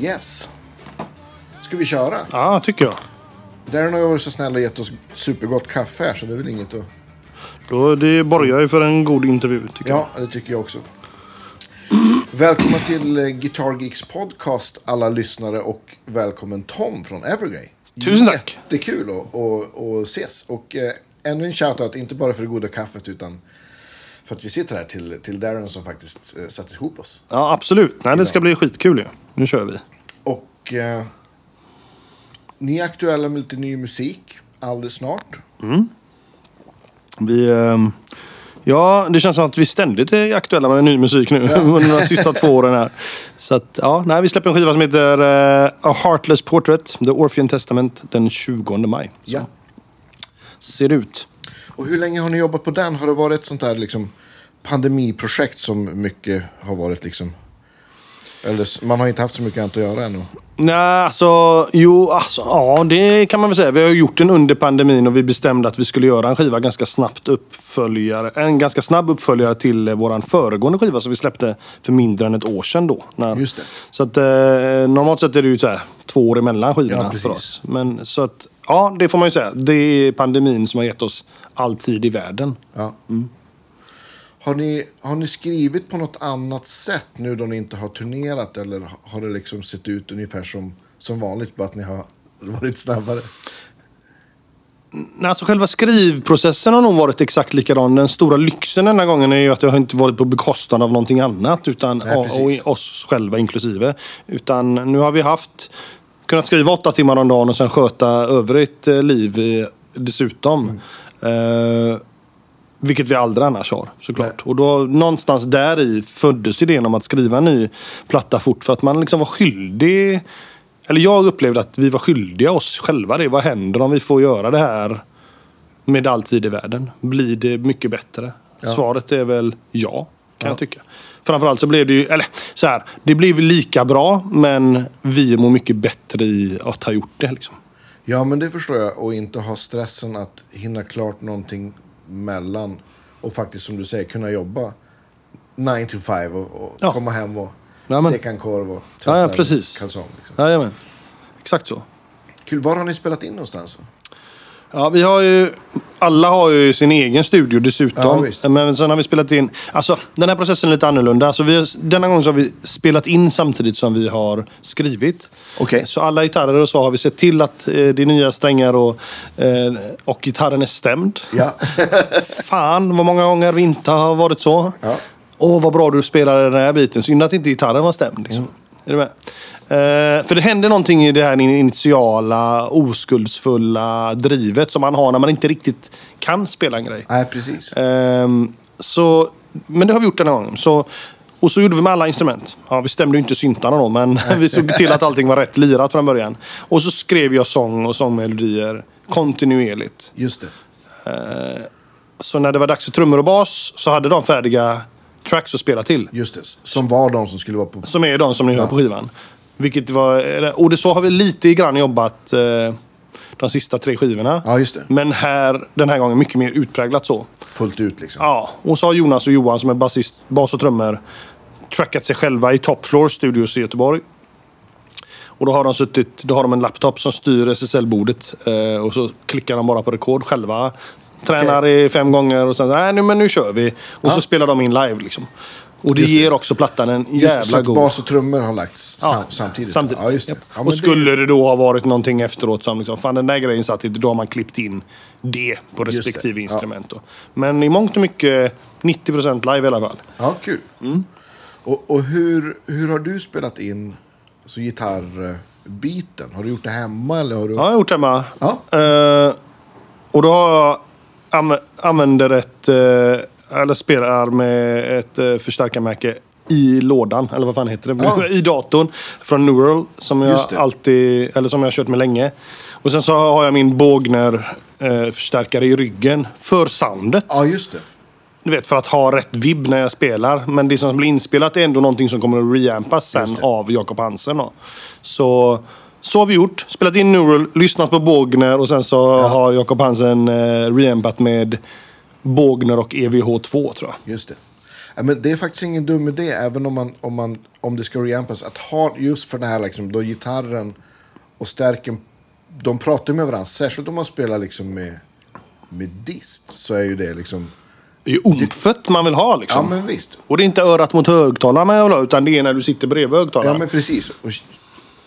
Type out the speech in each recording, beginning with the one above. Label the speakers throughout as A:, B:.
A: Yes.
B: Ska vi köra?
A: Ja, tycker jag.
B: Darren har ju varit så snäll och gett oss supergott kaffe här så det är väl inget att...
A: Då, det borgar ju för en god intervju tycker jag.
B: Ja, det tycker jag också. Välkomna till eh, Guitar Geeks podcast alla lyssnare och välkommen Tom från Evergrey.
A: Tusen tack.
B: Jättekul att, att, att ses. Och eh, ännu en shoutout, inte bara för det goda kaffet utan för att vi sitter här till, till Darren som faktiskt eh, satte ihop oss.
A: Ja, absolut. Nej, det ska bli skitkul ju. Nu kör vi.
B: Och eh, ni är aktuella med lite ny musik alldeles snart.
A: Vi... ehm, Ja, det känns som att vi ständigt är aktuella med ny musik nu. under de sista två åren här. Så att, ja, nej, vi släpper en skiva som heter eh, A Heartless Portrait, The Orphean Testament, den 20 maj. Så
B: Ja.
A: Ser ut.
B: Och hur länge har ni jobbat på den? Har det varit ett sånt där liksom, pandemiprojekt som mycket har varit liksom? Eller s- man har inte haft så mycket annat att göra ännu.
A: Nej, alltså, jo, alltså, ja, det kan man väl säga. Vi har ju gjort den under pandemin och vi bestämde att vi skulle göra en skiva ganska snabbt uppföljare. En ganska snabb uppföljare till eh, våran föregående skiva som vi släppte för mindre än ett år sedan då. När,
B: Just det.
A: Så att eh, normalt sett är det ju så här, två år emellan
B: Ja,
A: skivorna
B: precis.
A: för oss. Men så att, ja, det får man ju säga. Det är pandemin som har gett oss all tid i världen.
B: Ja. Har, ni, har ni skrivit på något annat sätt nu då ni inte har turnerat? Eller har det liksom sett ut ungefär som, som vanligt, bara att ni har varit snabbare?
A: Nej, alltså själva skrivprocessen har nog varit exakt likadan. Den stora lyxen den här gången är ju att det har inte varit på bekostnad av någonting annat. Utan,
B: Nej,
A: och,
B: precis.
A: och oss själva inklusive. Utan nu har vi haft kunnat skriva åtta timmar om dagen och sen sköta övrigt eh, liv eh, dessutom.
B: Mm.
A: Eh, vilket vi aldrig annars har såklart. Och då någonstans där i föddes idén om att skriva en ny platta fort. För att man liksom var skyldig. Eller jag upplevde att vi var skyldiga oss själva det. Vad händer om vi får göra det här med all tid i världen? Blir det mycket bättre?
B: Ja.
A: Svaret är väl ja, kan jag tycka. Framförallt så blev det ju, eller så här, det blev lika bra men vi mår mycket bättre i att ha gjort det. Liksom.
B: Ja, men det förstår jag. Och inte ha stressen att hinna klart någonting mellan och faktiskt, som du säger, kunna jobba 9 to 5 och, och
A: Ja.
B: komma hem och
A: Ja, men-
B: steka en korv och
A: Ja,
B: tvätta
A: ja, precis.
B: en kalsong. Liksom.
A: Jajamän, exakt så.
B: Kul. Var har ni spelat in någonstans?
A: Ja, vi har ju, alla har ju sin egen studio
B: Ja,
A: dessutom.
B: visst.
A: men sen har vi spelat in... Alltså, den här processen är lite annorlunda. Alltså, vi har, denna gången så har vi spelat in samtidigt som vi har skrivit.
B: Okej.
A: Så alla gitarrer och så har vi sett till att eh, det är nya strängar och, eh, och gitarren är stämd.
B: Ja.
A: Fan vad många gånger vi inte har varit så.
B: Ja.
A: Åh vad bra du spelade den här biten. Synd att inte gitarren var stämd. Liksom. Är du med? Eh, för det händer någonting i det här initiala oskuldsfulla drivet som man har när man inte riktigt kan spela en grej.
B: Nej, precis.
A: Ehm, så, men det har vi gjort den här gången. Så, och så gjorde vi med alla instrument. Ja, vi stämde ju inte syntarna då, men vi såg till att allting var rätt lirat från början. Och så skrev jag sång och sångmelodier kontinuerligt. Eh,
B: Just det.
A: Så när det var dags för trummor och bas så hade de färdiga tracks att spela till.
B: Just det. Som var de som skulle vara på...
A: Som är de som ni hör på skivan. Vilket var, och det så har vi lite grann jobbat eh, de sista tre skivorna.
B: Ja, just det.
A: Men här, den här gången mycket mer utpräglat så.
B: Fullt ut liksom.
A: Ja, och så har Jonas och Johan som är basist, bas och trummor trackat sig själva i Top Floor Studios i Göteborg. Och då har de suttit, då har de en laptop som styr SSL-bordet eh, och så klickar de bara på rekord själva. Tränar i fem gånger och sen nej nu men nu kör vi. Och så spelar de in live liksom. Och det
B: Just det.
A: ger också plattan en
B: Just, så
A: jävla
B: att
A: god...
B: bas och trummor har lagts sam-
A: Ja,
B: samtidigt.
A: samtidigt.
B: Ja, just det.
A: Japp.
B: Ja, men
A: och skulle det... då ha varit någonting efteråt som liksom, fan den där grejen satt inte, då har man klippt in det på
B: det.
A: respektive
B: Ja.
A: instrument. Då. Men i mångt och mycket 90% live i alla fall.
B: Ja, kul.
A: Mm.
B: Och, och hur, hur har du spelat in alltså, gitarrbiten? Har du gjort det hemma? Eller har du...
A: Ja, jag har gjort hemma.
B: Ja.
A: Eh, och då har jag am- använder ett, eh, eller spelar med ett eh, förstärkarmärke i lådan, eller vad fan heter det?
B: Ja.
A: I datorn. Från Neural, som jag
B: Just det.
A: alltid, eller som jag har kört med länge. Och sen så har jag min Bågner-förstärkare i ryggen, för soundet.
B: ja, just det.
A: Du vet, för att ha rätt vibb när jag spelar. Men det som blir inspelat är ändå någonting som kommer att reampas sen av Jakob Hansen. Då. Så, så har vi gjort. Spelat in Neural, lyssnat på Bågner och sen så har Jakob Hansen eh, reampat med Bågner och EVH2 tror jag.
B: Just det. Ja, men det är faktiskt ingen dum idé, även om, man, om, man, om det ska reampas. Att ha just för det här, liksom, då gitarren och stärken, de pratar med varandra. Särskilt om man spelar liksom med, med dist, så är ju det liksom...
A: Det är ju omfett man vill ha liksom.
B: Ja, men visst.
A: Och det är inte örat mot högtalaren man vill ha, utan det är när du sitter bredvid högtalaren.
B: Ja, men precis. Och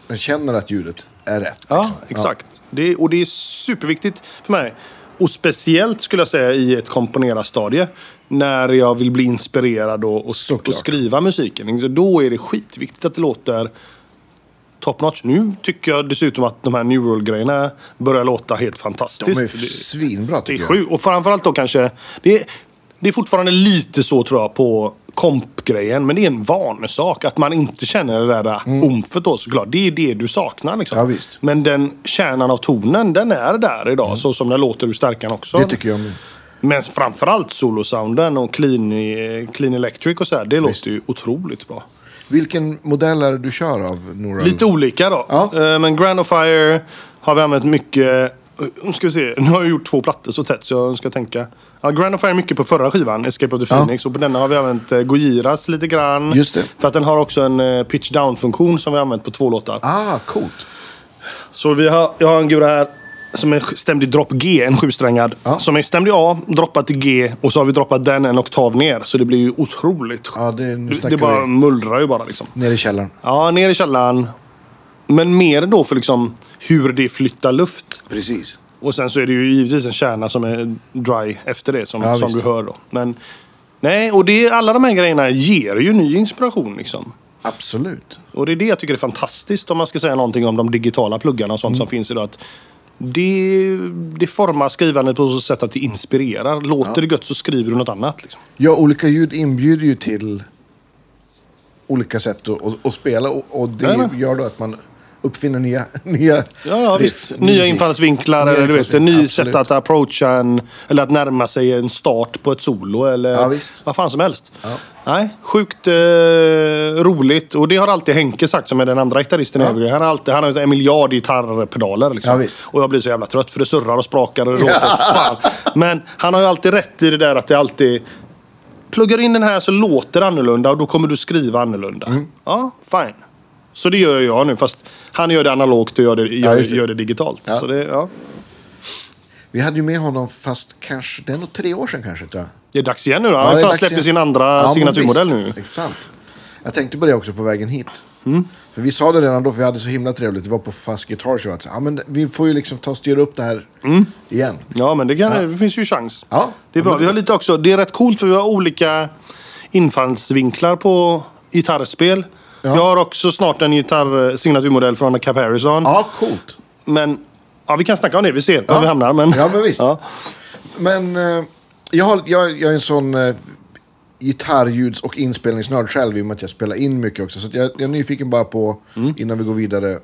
B: man känner att ljudet är rätt.
A: Ja,
B: liksom.
A: exakt. Det, och det är superviktigt för mig. Och speciellt skulle jag säga i ett komponerarstadie. När jag vill bli inspirerad och, och,
B: Såklart.
A: och skriva musiken. Då är det skitviktigt att det låter top notch. Nu tycker jag dessutom att de här New World-grejerna börjar låta helt
B: De är
A: fantastiskt.
B: ju svinbra,
A: Det är
B: tycker jag.
A: sjukt. Och framförallt då kanske... Det är, det är fortfarande lite så tror jag på kompgrejen. Men det är en vanesak. Att man inte känner det där omfet då såklart. Det är det du saknar liksom.
B: Mm. Ja, visst. Mm.
A: Men den kärnan av tonen, den är där idag. Så som den låter ur stärkan också.
B: Det tycker jag med.
A: Men framförallt solosounden och clean, eh, clean electric och så här. Det låter ju otroligt bra.
B: Vilken modell är det du kör av Nora?
A: Lite olika då.
B: Mm. Ja.
A: Eh, Men Grand of Fire har vi använt mycket. eh, Nu ska vi se. Nu har jag gjort två plattor så tätt så jag ska tänka. Ja, Grand of Fire mycket på förra skivan, Escape of the
B: Ja.
A: Phoenix. Och på denna har vi använt eh, Gojiras lite grann.
B: Just det.
A: För att den har också en eh, pitch down-funktion som vi har använt på två låtar.
B: Ah, coolt.
A: Så vi har, jag har en gura här som är stämd i drop G, en sjusträngad.
B: Ja.
A: Som är stämd i A, droppat till G och så har vi droppat den en oktav ner. Så det blir ju otroligt.
B: Ja, Ah, det, nu
A: det
B: snackar
A: det bara
B: vi.
A: mullrar ju bara liksom.
B: Nere i källaren.
A: Ja, ner i källaren. Men mer då för liksom hur det flyttar luft.
B: Precis.
A: Och sen så är det ju givetvis en kärna som är dry efter det, som,
B: Ja,
A: som du
B: visst.
A: hör då. Men nej, och det, alla de här grejerna ger ju ny inspiration liksom.
B: Absolut.
A: Och det är det jag tycker är fantastiskt om man ska säga någonting om de digitala pluggarna och sånt
B: Mm.
A: som finns idag. Att det, det formar skrivandet på så sätt att det inspirerar. Låter det gött så skriver du något annat. Liksom.
B: Ja, olika ljud inbjuder ju till olika sätt att, att, att spela och, och det
A: Ja, men.
B: gör då att man uppfinner nya, nya
A: Ja, ja
B: riff,
A: visst.
B: ny
A: Nya
B: musik.
A: infallsvinklar,
B: Nya
A: eller du vet, en ny
B: infallsvinklar,
A: sätt att approacha en, eller att närma sig en start på ett solo eller
B: Ja, visst.
A: vad fan som helst. Nej, sjukt eh, roligt. Och det har alltid Henke sagt, som är den andra gitarristen i Evergreen. Han har alltid han har en miljard gitarrpedaler. Liksom.
B: Ja, visst.
A: Och jag blir så jävla trött för det surrar och sprakar och det låter fan. Men han har ju alltid rätt i det där att det alltid... Pluggar in den här så låter det annorlunda och då kommer du skriva annorlunda.
B: Mm.
A: Ja, fine. Så det gör jag nu, fast han gör det analogt och jag gör det, gör,
B: just det.
A: gör det digitalt.
B: Ja.
A: Så det, ja.
B: Vi hade ju med honom, fast kanske, det är nog tre år sedan kanske tror jag.
A: det är dags igen nu då.
B: Ja, det är
A: han
B: dags
A: släpper
B: igen.
A: sin andra
B: Ja, men
A: signaturmodell nu. Mm.
B: visst. Exakt. Jag tänkte på det också på vägen hit. För vi sa det redan då, för vi hade så himla trevligt. Det var på Fast Guitar Show. Att, så, ja, men vi får ju liksom ta och styra upp det här
A: Mm.
B: igen.
A: Ja, men det, kan, det finns ju chans.
B: Ja.
A: Det är bra. Vi har lite också, det är rätt coolt för vi har olika infallsvinklar på gitarrspel. Jag har också snart en gitarr eh, signaturmodell från Cap Harrison.
B: Ja, coolt.
A: Men ja, vi kan snacka om det. Vi ser var
B: Ja.
A: vi hamnar. Men...
B: Ja, men visst.
A: Ja.
B: Men eh, jag, har, jag, jag är en sån eh, gitarrljuds och inspelningsnörd själv i och med att jag spelar in mycket också. Så att jag, jag är nyfiken bara på,
A: Mm.
B: innan vi går vidare. Eh,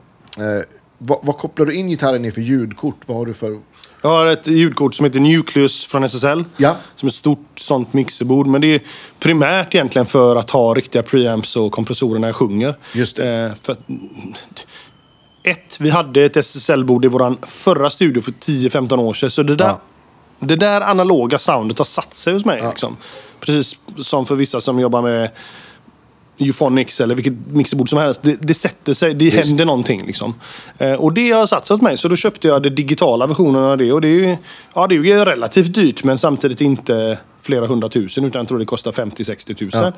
B: vad, vad kopplar du in gitarren i för ljudkort? Vad har du för...
A: Jag har ett ljudkort som heter Nucleus från SSL.
B: Ja.
A: Som är ett stort sånt mixerbord. Men det är primärt egentligen för att ha riktiga preamps och kompressorer när jag sjunger.
B: Just det.
A: Eh, för att, ett, vi hade ett SSL-bord i vår förra studio för 10-15 år sedan. Så det där,
B: Ja.
A: det där analoga soundet har satt sig hos mig. Liksom. Precis som för vissa som jobbar med Euphonics eller vilket mixerbord som helst. Det, det sätter sig, det
B: Visst.
A: händer någonting. Liksom. Eh, och det har satsat mig, så då köpte jag den digitala versionen av det. Och det är ju, ja, det är ju relativt dyrt, men samtidigt inte flera hundratusen, utan jag tror det kostar 50-60 tusen.
B: Ja.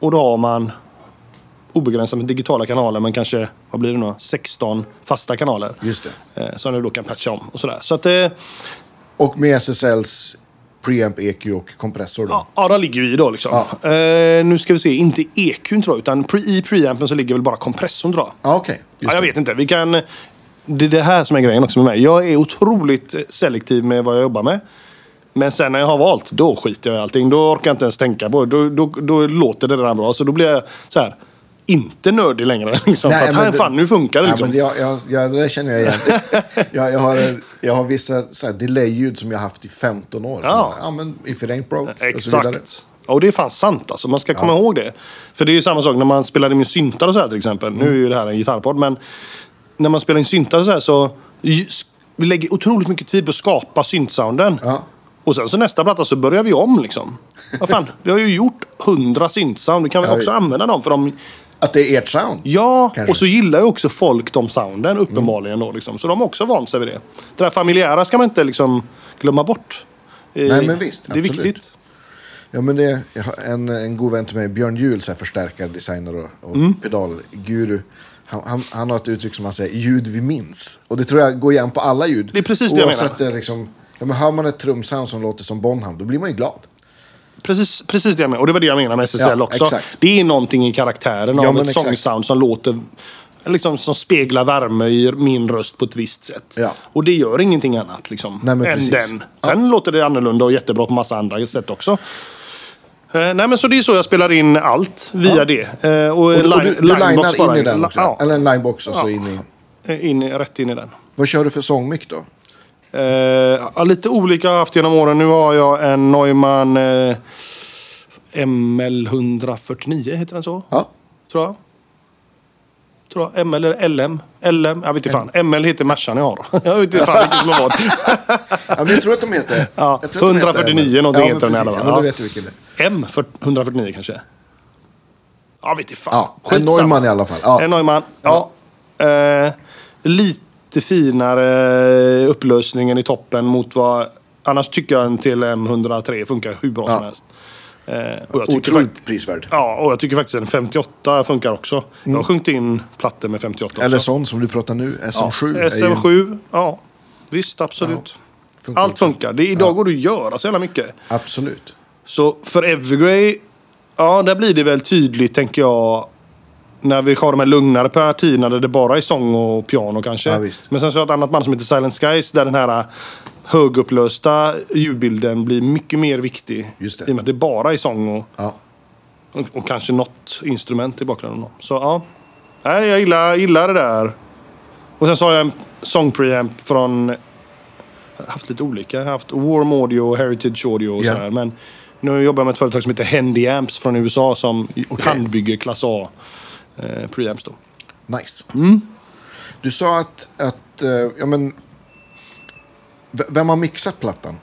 A: Och då har man obegränsat med digitala kanaler, men kanske, vad blir det nu, 16 fasta kanaler.
B: Just det.
A: Eh, som du då kan patcha om och sådär. Så att, eh,
B: Och med SSLs preamp, EQ och kompressor då?
A: Ja, ja, de ligger ju i då liksom. Eh, nu ska vi se, inte EQn tror jag, utan pre i preampen så ligger väl bara kompressorn tror jag.
B: Ja, okej.
A: Ja,
B: Just
A: jag
B: det.
A: vet inte, vi kan... Det är det här som är grejen också med mig. Jag är otroligt selektiv med vad jag jobbar med. Men sen när jag har valt, då skiter jag i allting. Då orkar jag inte ens tänka på det. Då, då, då låter det redan bra. Så då blir jag så här, inte nördig längre. Liksom,
B: Nej,
A: för att
B: men
A: här,
B: det-
A: fan, nu funkar det
B: Ja,
A: liksom.
B: men jag, jag, jag, det där känner jag igen. jag, jag, har, en- jag har vissa så här delay-ljud som jag har haft i 15 år.
A: Ja.
B: Som, ja, men if it ain't broke. och så vidare.
A: Exakt. Och det är fan sant alltså. Man ska komma ihåg det. För det är ju samma sak när man spelar in syntar och så här till exempel. Nu är ju det här en gitarrpodd, men när man spelar in syntar och så här så... Vi lägger otroligt mycket tid på att skapa syntsounden.
B: Ja.
A: Och sen så nästa platta så börjar vi om liksom. Vad fan, vi har ju gjort hundra syntsound. Vi kan väl
B: Ja,
A: också
B: visst.
A: använda dem för de...
B: Att det är ert sound?
A: Ja,
B: Kanske.
A: och så gillar ju också folk de sounden uppenbarligen då liksom. Så de har också vant sig vid det. Det där familjära ska man inte liksom glömma bort. Eh,
B: Nej, men visst,
A: Det är
B: absolut.
A: viktigt.
B: Ja, men det, jag har en, en god vän till mig, Björn Juhl, så här förstärkare, designer och, och
A: Mm.
B: pedalguru. Han, han, han har ett uttryck som han säger, ljud vi minns. Och det tror jag går igen på alla ljud.
A: Det är precis det jag
B: Oavsett
A: menar.
B: Det är liksom, ja, men hör man ett trumsound som låter som Bonham, då blir man ju glad.
A: Precis, precis det jag menar. Och det var det jag menade med SSL
B: Ja,
A: också.
B: exakt.
A: Det är någonting i karaktären
B: Ja,
A: av
B: men
A: ett
B: exakt.
A: sångsound som låter... Liksom, som speglar värme i min röst på ett visst sätt.
B: Ja.
A: Och det gör ingenting annat liksom,
B: Nej, men
A: än
B: precis.
A: den. Sen låter det annorlunda och jättebra på massa andra sätt också. Eh, nej, men så det är så jag spelar in allt via det. Eh, och
B: Och, och
A: line-
B: du, du
A: linebox
B: linar
A: bara
B: in i den
A: La-
B: också?
A: Ja,
B: Eller en linebox och
A: Ja.
B: så in i...
A: eh, in, rätt in i den.
B: Vad kör du för sångmick då?
A: Eh, ja, lite olika har jag haft genom åren. Nu har jag en Neumann eh, ML149, heter den så?
B: Ja.
A: Tror jag. Tror jag. ML eller LM. LM. Jag vet inte fan. ML heter Mercan jag har. Jag vet inte fan vilken som är vad.
B: ja men jag tror att de heter...
A: Ja,
B: jag tror att de heter-
A: 149 någonting
B: ja, men
A: heter den i
B: precis,
A: alla fall.
B: Ja, men du
A: Ja.
B: vet ju vilken det är.
A: M för 149 kanske. Jag vet inte fan.
B: Ja, en
A: Skitsamma.
B: Neumann i alla fall. Ja.
A: En Neumann. Ja. Eh, lite finare upplösningen i toppen mot vad... Annars tycker jag en TLM 103 funkar hur bra
B: Ja.
A: som helst. Eh, och jag tycker fakt-
B: Otroligt prisvärd.
A: Ja, och jag tycker faktiskt en 58 funkar också. Jag har sjungit in plattor med 58 också.
B: Mm. Eller sån som du pratar nu, SM7.
A: Ja,
B: är ju-
A: SM7, ja. Visst, absolut.
B: Funkar
A: Allt
B: också.
A: funkar. Det, är- idag går det att göra så jävla mycket.
B: Absolut.
A: Så för Evergrey, ja, där blir det väl tydligt, tänker jag, när vi har de här lugnare partierna där det bara är sång och piano kanske.
B: Ja, visst.
A: Men sen så har jag ett annat band som heter Silent Skies där den här äh, högupplösta ljudbilden blir mycket mer viktig.
B: Just det.
A: I och med att det bara är sång och,
B: Ja.
A: och, och kanske något instrument i bakgrunden. då. Så ja, Nej, jag gillar, gillar det där. Och sen så har jag en song preamp från... Jag har haft lite olika. Jag har haft Warm Audio, Heritage Audio och
B: Ja.
A: så här. Men nu jobbar jag med ett företag som heter Handy Amps från USA som
B: Okej.
A: handbygger klass A eh, preamps. Då.
B: Nice.
A: Mm.
B: Du sa att, att eh, ja, men, v- vem har mixat plattan?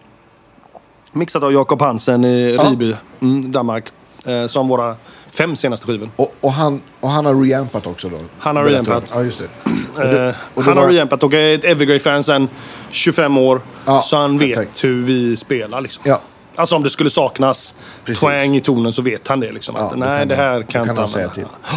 A: Mixat av Jakob Hansen i
B: Ja.
A: Riby, mm, Danmark. Eh, som våra fem senaste skivor.
B: Och, och, han, och han har reampat också då?
A: Han har
B: Berättar du.
A: reampat.
B: Ja, just det.
A: Eh,
B: och det
A: han har
B: var-
A: reampat och är ett Evergrey-fan sedan 25 år.
B: Ja,
A: så han vet
B: perfekt.
A: hur vi spelar. Liksom.
B: Ja.
A: Alltså om det skulle saknas
B: Precis.
A: twang i tonen så vet han det. Liksom,
B: Ja,
A: att,
B: då
A: nej,
B: kan
A: det
B: han-
A: här
B: då
A: kan jag
B: kan
A: inte
B: han säga
A: använda.
B: till.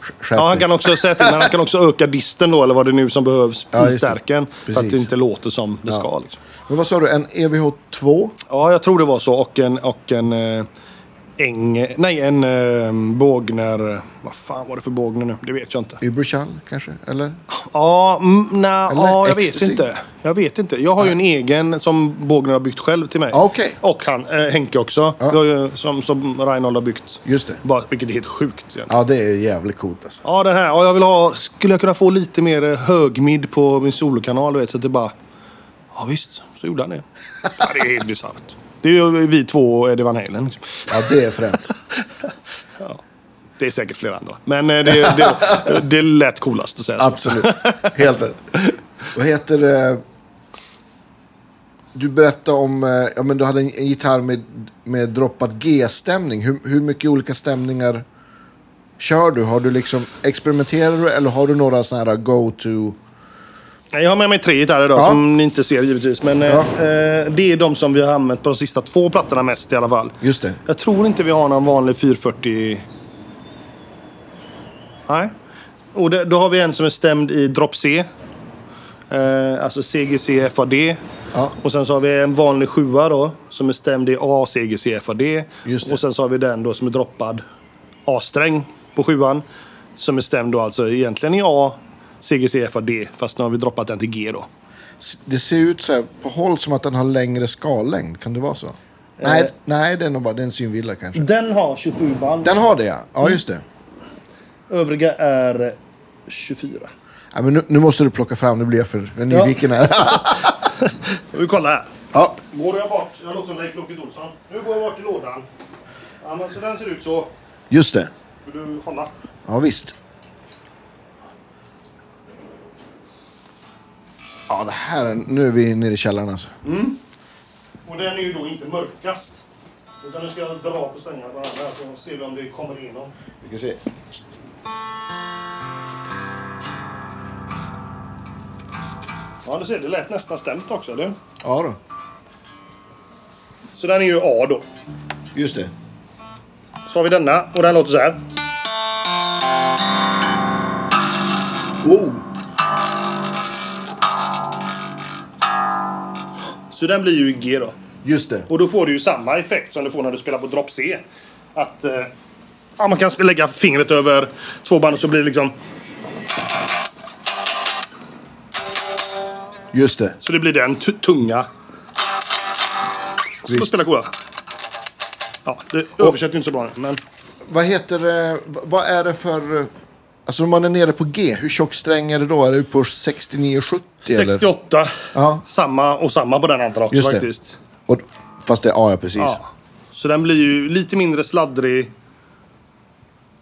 B: Sk- skärp
A: Ja, han
B: dig.
A: kan också säga till, men han kan också öka disten då, eller vad det nu som behövs
B: Ja,
A: i
B: just det.
A: stärken. Så att det
B: Precis.
A: inte låter som det ska. Liksom.
B: Men vad sa du, en E EVH2?
A: Ja, jag tror det var så. Och en... Och en eh, Eng, nej, en eh, Bågner... Vad fan var det för Bågner nu? Det vet jag inte.
B: Überschall kanske? Eller?
A: Ja, mm, nej,
B: Eller
A: ja jag vet
B: ecstasy.
A: inte. Jag vet inte. Jag har ju en egen som Bågner har byggt själv till mig.
B: Ja, Ah, okej.
A: Och han, eh, Henke också.
B: Ja.
A: Vi har ju, som, som Reinhold har byggt.
B: Just det.
A: Bara, vilket är helt sjukt egentligen.
B: Ja, det är jävligt coolt alltså.
A: Ja, den här. Ja, jag vill ha... Skulle jag kunna få lite mer eh, högmid på min solokanal, du vet? Så att det bara... Ja, visst. Så gjorde han det. Ja, det är helt bisarrt. Det är ju vi två och Eddie Van Halen. Liksom.
B: Ja, det är fränt.
A: Det är säkert flera andra. Men eh, det, det, det lät coolast att säga så.
B: Absolut. Helt rätt. Vad heter det? Du berättade om, eh, ja men du hade en, en gitarr med, med droppad G-stämning. Hur, hur mycket olika stämningar kör du? Har du liksom, experimenterar du eller har du några sådana här go-to?
A: Nej, Jag har med mig tre gitarrer idag
B: Ja.
A: som ni inte ser givetvis. Men eh,
B: Ja.
A: eh, det är de som vi har använt på de sista två plattorna mest i alla fall.
B: Just det.
A: Jag tror inte vi har någon vanlig 440... Nej. Och det, då har vi en som är stämd i drop C. Eh, alltså CGC FAD.
B: Ja.
A: Och sen så har vi en vanlig 7 då som är stämd i A CGC FAD.
B: Just det.
A: Och sen så har vi den då som är droppad A-sträng på 7 Som är stämd då alltså egentligen i A CGC FAD. Fast nu har vi droppat den till G då.
B: S- Det ser ut så här, på håll som att den har längre skallängd. Kan det vara så? Nej, nej, det är nog bara det är en synvilla kanske.
A: Den har 27 band.
B: Den har det ja. Ja, just det.
A: Övriga är 24.
B: Ja, men nu, nu måste du plocka fram, nu blir jag för, för nyfiken här.
A: Vi kollar här.
B: ja.
A: Går jag bort, jag låter som Leif Loket Olsson. Nu går jag bort till lådan. Ja, men så den ser ut så.
B: Just det.
A: Vill du hålla?
B: Ja, visst. Ja, det här är, nu är vi nere i källaren alltså.
A: Och den är ju då inte mörkast. Utan nu ska jag dra på strängarna på den här så ser vi om det kommer igenom.
B: Vi kan se.
A: Ja, du ser, det lät nästan stämt också, eller
B: Ja då,
A: Så den är ju A då.
B: just det.
A: Så har vi denna och den låter så här.
B: Wow!
A: Så den blir ju G då.
B: Just det.
A: Och då får du ju samma effekt som du får när du spelar på drop C. Att eh, ja, man kan lägga fingret över två band och så blir det liksom...
B: Just det.
A: Så det blir den t- tunga. Så
B: Visst.
A: spelar coola. Ja, det översätter ju inte så bra nu, men...
B: Vad heter det? v- Vad är det för... eh, Alltså om man är nere på G, hur tjock sträng är det då? Är det på 69-70 eller?
A: 68.
B: Ja.
A: Samma och samma på den antar jag också
B: Just det.
A: faktiskt.
B: Och, fast det är A, ja precis.
A: Ja. Så den blir ju lite mindre sladdrig.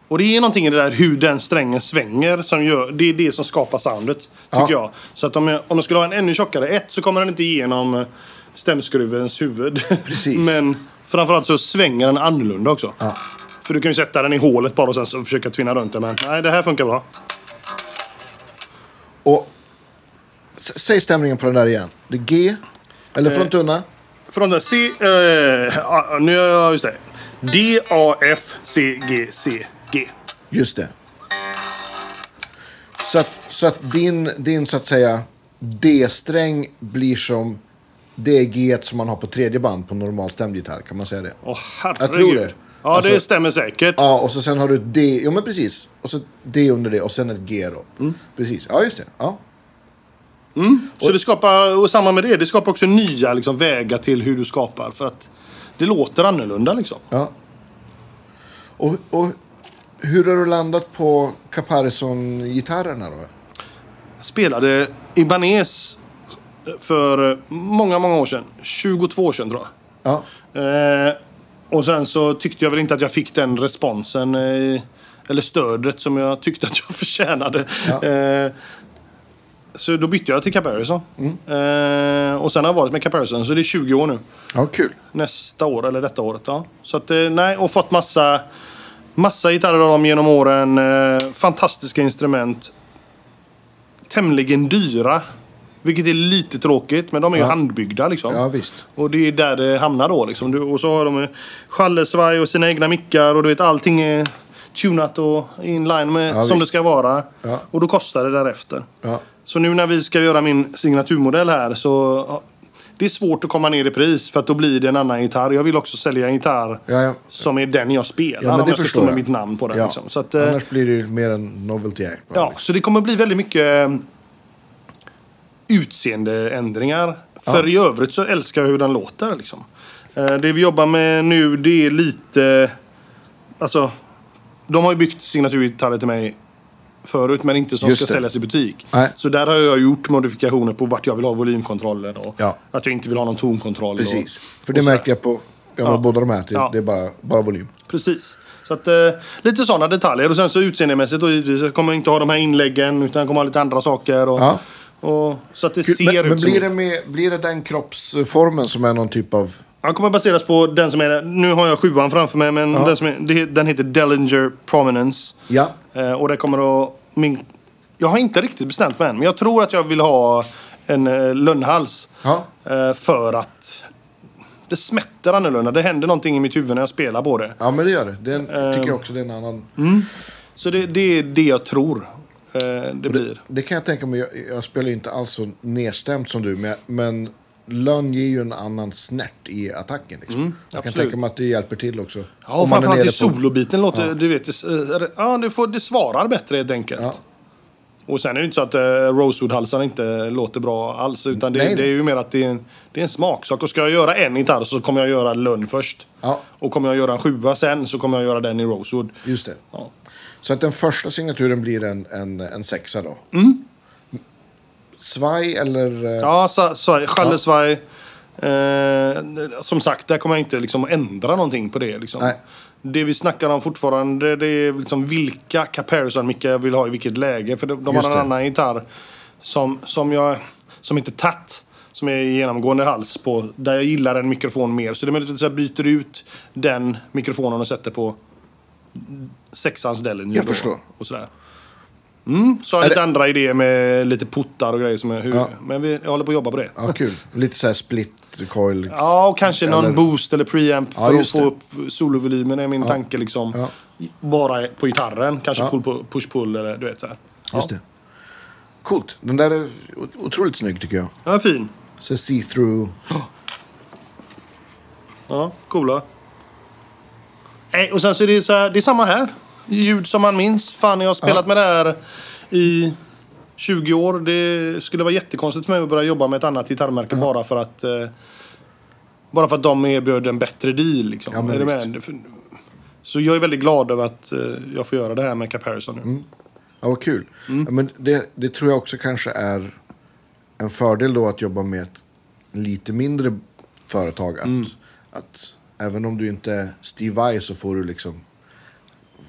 A: Och det är någonting i det där hur den strängen svänger som gör... Det är det som skapar soundet, tycker
B: Ja.
A: jag. Så att om jag, om jag skulle ha en ännu tjockare ett så kommer den inte igenom eh, stämskruvens huvud.
B: Precis.
A: Men framförallt så svänger den annorlunda också.
B: Ja.
A: För du kan ju sätta den i hålet bara och sen så försöka tvinna runt den. Men nej, det här funkar bra.
B: Och s- säg stämningen på den där igen. Det är G, eller från tunna.
A: Från den C... Eh, ja, nu har jag just det. D, A, F, C, G, C, G.
B: Just det. Så att, så att din, din så att säga D-sträng blir som det G som man har på tredje band på normal stämd gitarr. Kan man säga det?
A: Åh,
B: Jag
A: herregud.
B: tror det.
A: Ja, det
B: Alltså-
A: stämmer säkert.
B: Ja, och så sen har du ett D. Jo, men precis. Och så D under det och sen ett G då.
A: Mm.
B: Precis. Ja, just det. Ja.
A: Så det skapar, och samma med det, det skapar också nya liksom, vägar till hur du skapar. För att det låter annorlunda liksom.
B: ja. Och, och hur har du landat på Caparison-gitarrerna då?
A: Jag spelade Ibanez för många, många år sedan. 22 år sedan tror jag.
B: Ja,
A: Eh, och sen så tyckte jag väl inte att jag fick den responsen, eh, eller stödet som jag tyckte att jag förtjänade. Eh, så då bytte jag till Caparison.
B: Mm.
A: Eh, och sen har jag varit med Caparison, så det är 20 år nu.
B: ja kul.
A: nästa år eller detta året. Ja. Så att, eh, nej, och fått massa, massa gitarrer av dem genom åren. Eh, fantastiska instrument. Tämligen dyra. Vilket är lite tråkigt, men de är ju
B: Ja.
A: handbyggda liksom.
B: Ja, visst.
A: Och det är där det hamnar då liksom. Du, och så har de eh, sjallersvaj och sina egna mickar och du vet allting är tunat och inline med
B: Ja,
A: som
B: visst.
A: det ska vara.
B: Ja.
A: Och då kostar det därefter.
B: Ja.
A: Så nu när vi ska göra min signaturmodell här så... ja, Det är svårt att komma ner i pris för att då blir det en annan gitarr. Jag vill också sälja en gitarr
B: Ja, ja.
A: som är den jag spelar.
B: Ja, men
A: om
B: det
A: jag ska
B: förstår
A: stå med
B: jag.
A: mitt namn på den.
B: Ja.
A: Liksom. Så, att, eh,
B: Annars blir det ju mer en novelty act. liksom. va?
A: ja, så det kommer bli väldigt mycket eh, utseendeändringar. För i övrigt så älskar jag hur den låter. Liksom. Eh, Det vi jobbar med nu det är lite... Alltså, de har ju byggt signaturgitarrer till mig förut, men inte som
B: Just
A: ska
B: det.
A: säljas i butik.
B: Nej.
A: Så där har jag gjort modifikationer på vart jag vill ha volymkontrollen och
B: Ja.
A: att jag inte vill ha någon tonkontroll.
B: Precis.
A: Och,
B: För det
A: och sådär.
B: märker jag på jag har båda de här. Det,
A: Ja.
B: det är bara, bara volym.
A: Precis. Så att, eh, lite sådana detaljer. Och sen så utseendemässigt då givetvis. Jag kommer inte ha de här inläggen utan jag kommer ha lite andra saker. Och,
B: Ja.
A: och, så att det
B: Kul.
A: ser
B: Men,
A: ut
B: men
A: som...
B: blir, det med, blir det den kroppsformen som är någon typ av...
A: Han kommer baseras på den som är... Nu har jag sjuan framför mig men den, som är, det- den heter Dellinger Prominence.
B: Ja,
A: Eh, och det kommer att... Min, jag har inte riktigt bestämt mig än men jag tror att jag vill ha en eh, lönnhals.
B: Ja.
A: Eh, för att det smätter annorlunda. Det händer någonting i mitt huvud när jag spelar på det.
B: ja men det gör det. det är en,
A: Ehm.
B: tycker jag också det är en annan...
A: Mm. Så det, det är det jag tror eh, det blir.
B: Det kan jag tänka mig. Jag, jag spelar ju inte alls så nedstämt som du. Men, men lönn ger ju en annan snärt i attacken. Liksom. jag kan
A: Mm, absolut.
B: tänka mig att det hjälper till också.
A: Ja, och framförallt i
B: på...
A: solobiten låter du vet, det, s- eh, ja, det, får, det svarar bättre helt enkelt.
B: Ja.
A: Och sen är det inte så att eh, Rosewood-halsarna inte låter bra alls. Utan det,
B: Nej, nej.
A: det är ju mer att det är, en, det är en smaksak. Och ska jag göra en gitarr så kommer jag göra lönn först.
B: Ja.
A: Och kommer jag göra en sjua sen så kommer jag göra den i Rosewood.
B: Just det.
A: Ja.
B: Så att den första signaturen blir en, en, en sexa då. Svaj eller... eh,
A: Mm. Ja, så, så, Schallesvaj. Eh, som sagt, där kommer jag inte liksom ändra någonting på det. Liksom.
B: Nej.
A: Det vi snackar om fortfarande det är liksom vilka Caparison mycket jag vill ha i vilket läge. För de, de har
B: Just
A: en
B: det.
A: annan gitarr som, som, jag, som heter Tatt. som är genomgående hals på, där jag gillar en mikrofon mer. Så det är möjligt att jag byter ut den mikrofonen och sätter på sexans Dellinger.
B: Jag
A: då,
B: förstår.
A: Och sådär. Mm, så har jag
B: Är
A: lite
B: det-
A: andra idéer med lite puttar och grejer. Som är hur,
B: Ja.
A: Men vi, jag håller på att jobba på det.
B: Ja, kul. Lite så här split coil.
A: Ja, och kanske någon
B: Eller-
A: boost eller preamp
B: Ja,
A: för att
B: just
A: få
B: det.
A: upp solovolymen är min tanke. Liksom.
B: Ja.
A: Bara på gitarren. Kanske
B: Ja.
A: pull- push-pull eller du vet så här. Ja.
B: Just det. Coolt. Den där är o- otroligt snygg tycker jag.
A: Den är fin.
B: Så see-through.
A: Ja, coola. Nej, och sen så är det, så här, det är samma här. Ljud som man minns. Fan, jag har spelat med det här i 20 år. Det skulle vara jättekonstigt för mig att börja jobba med ett annat gitarrmärke
B: Mm.
A: bara för att... Eh, bara för att de erbjöd en bättre deal. Liksom.
B: Ja, men
A: är du
B: visst.
A: med? För- Så jag är väldigt glad över att eh, jag får göra det här med Caparison nu.
B: Mm. Ja, vad kul. Ja, men det, det tror jag också kanske är en fördel då att jobba med ett lite mindre företag. Att, att även om du inte är Steve Vai så får du liksom,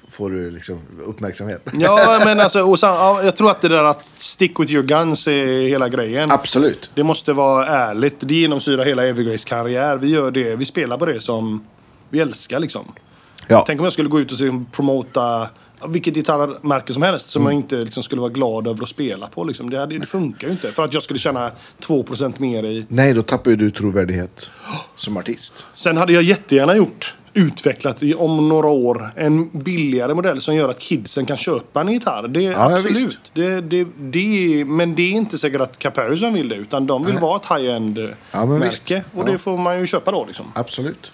B: får du liksom uppmärksamhet.
A: Ja, men alltså, och sam, ja, jag tror att det där att stick with your guns är hela grejen.
B: Absolut.
A: Det måste vara ärligt. Det genomsyrar hela Evergrace karriär. Vi gör det. Vi spelar på det som vi älskar liksom.
B: Ja.
A: Tänk om jag skulle gå ut och liksom promota vilket gitarrmärke som helst som jag inte liksom skulle vara glad över att spela på. Liksom. Det, hade, det funkar ju inte. För att jag skulle tjäna 2% mer i...
B: Nej, då tappar ju du trovärdighet som artist.
A: Sen hade jag jättegärna gjort, utvecklat i, om några år, en billigare modell som gör att kidsen kan köpa en gitarr. Det,
B: ja,
A: absolut.
B: visst.
A: Det, det, det, men det är inte säkert att Caparison vill det, utan de vill vara ett high-end eh,
B: Ja, men visst.
A: märke. Och
B: Ja.
A: det får man ju köpa då liksom.
B: Absolut.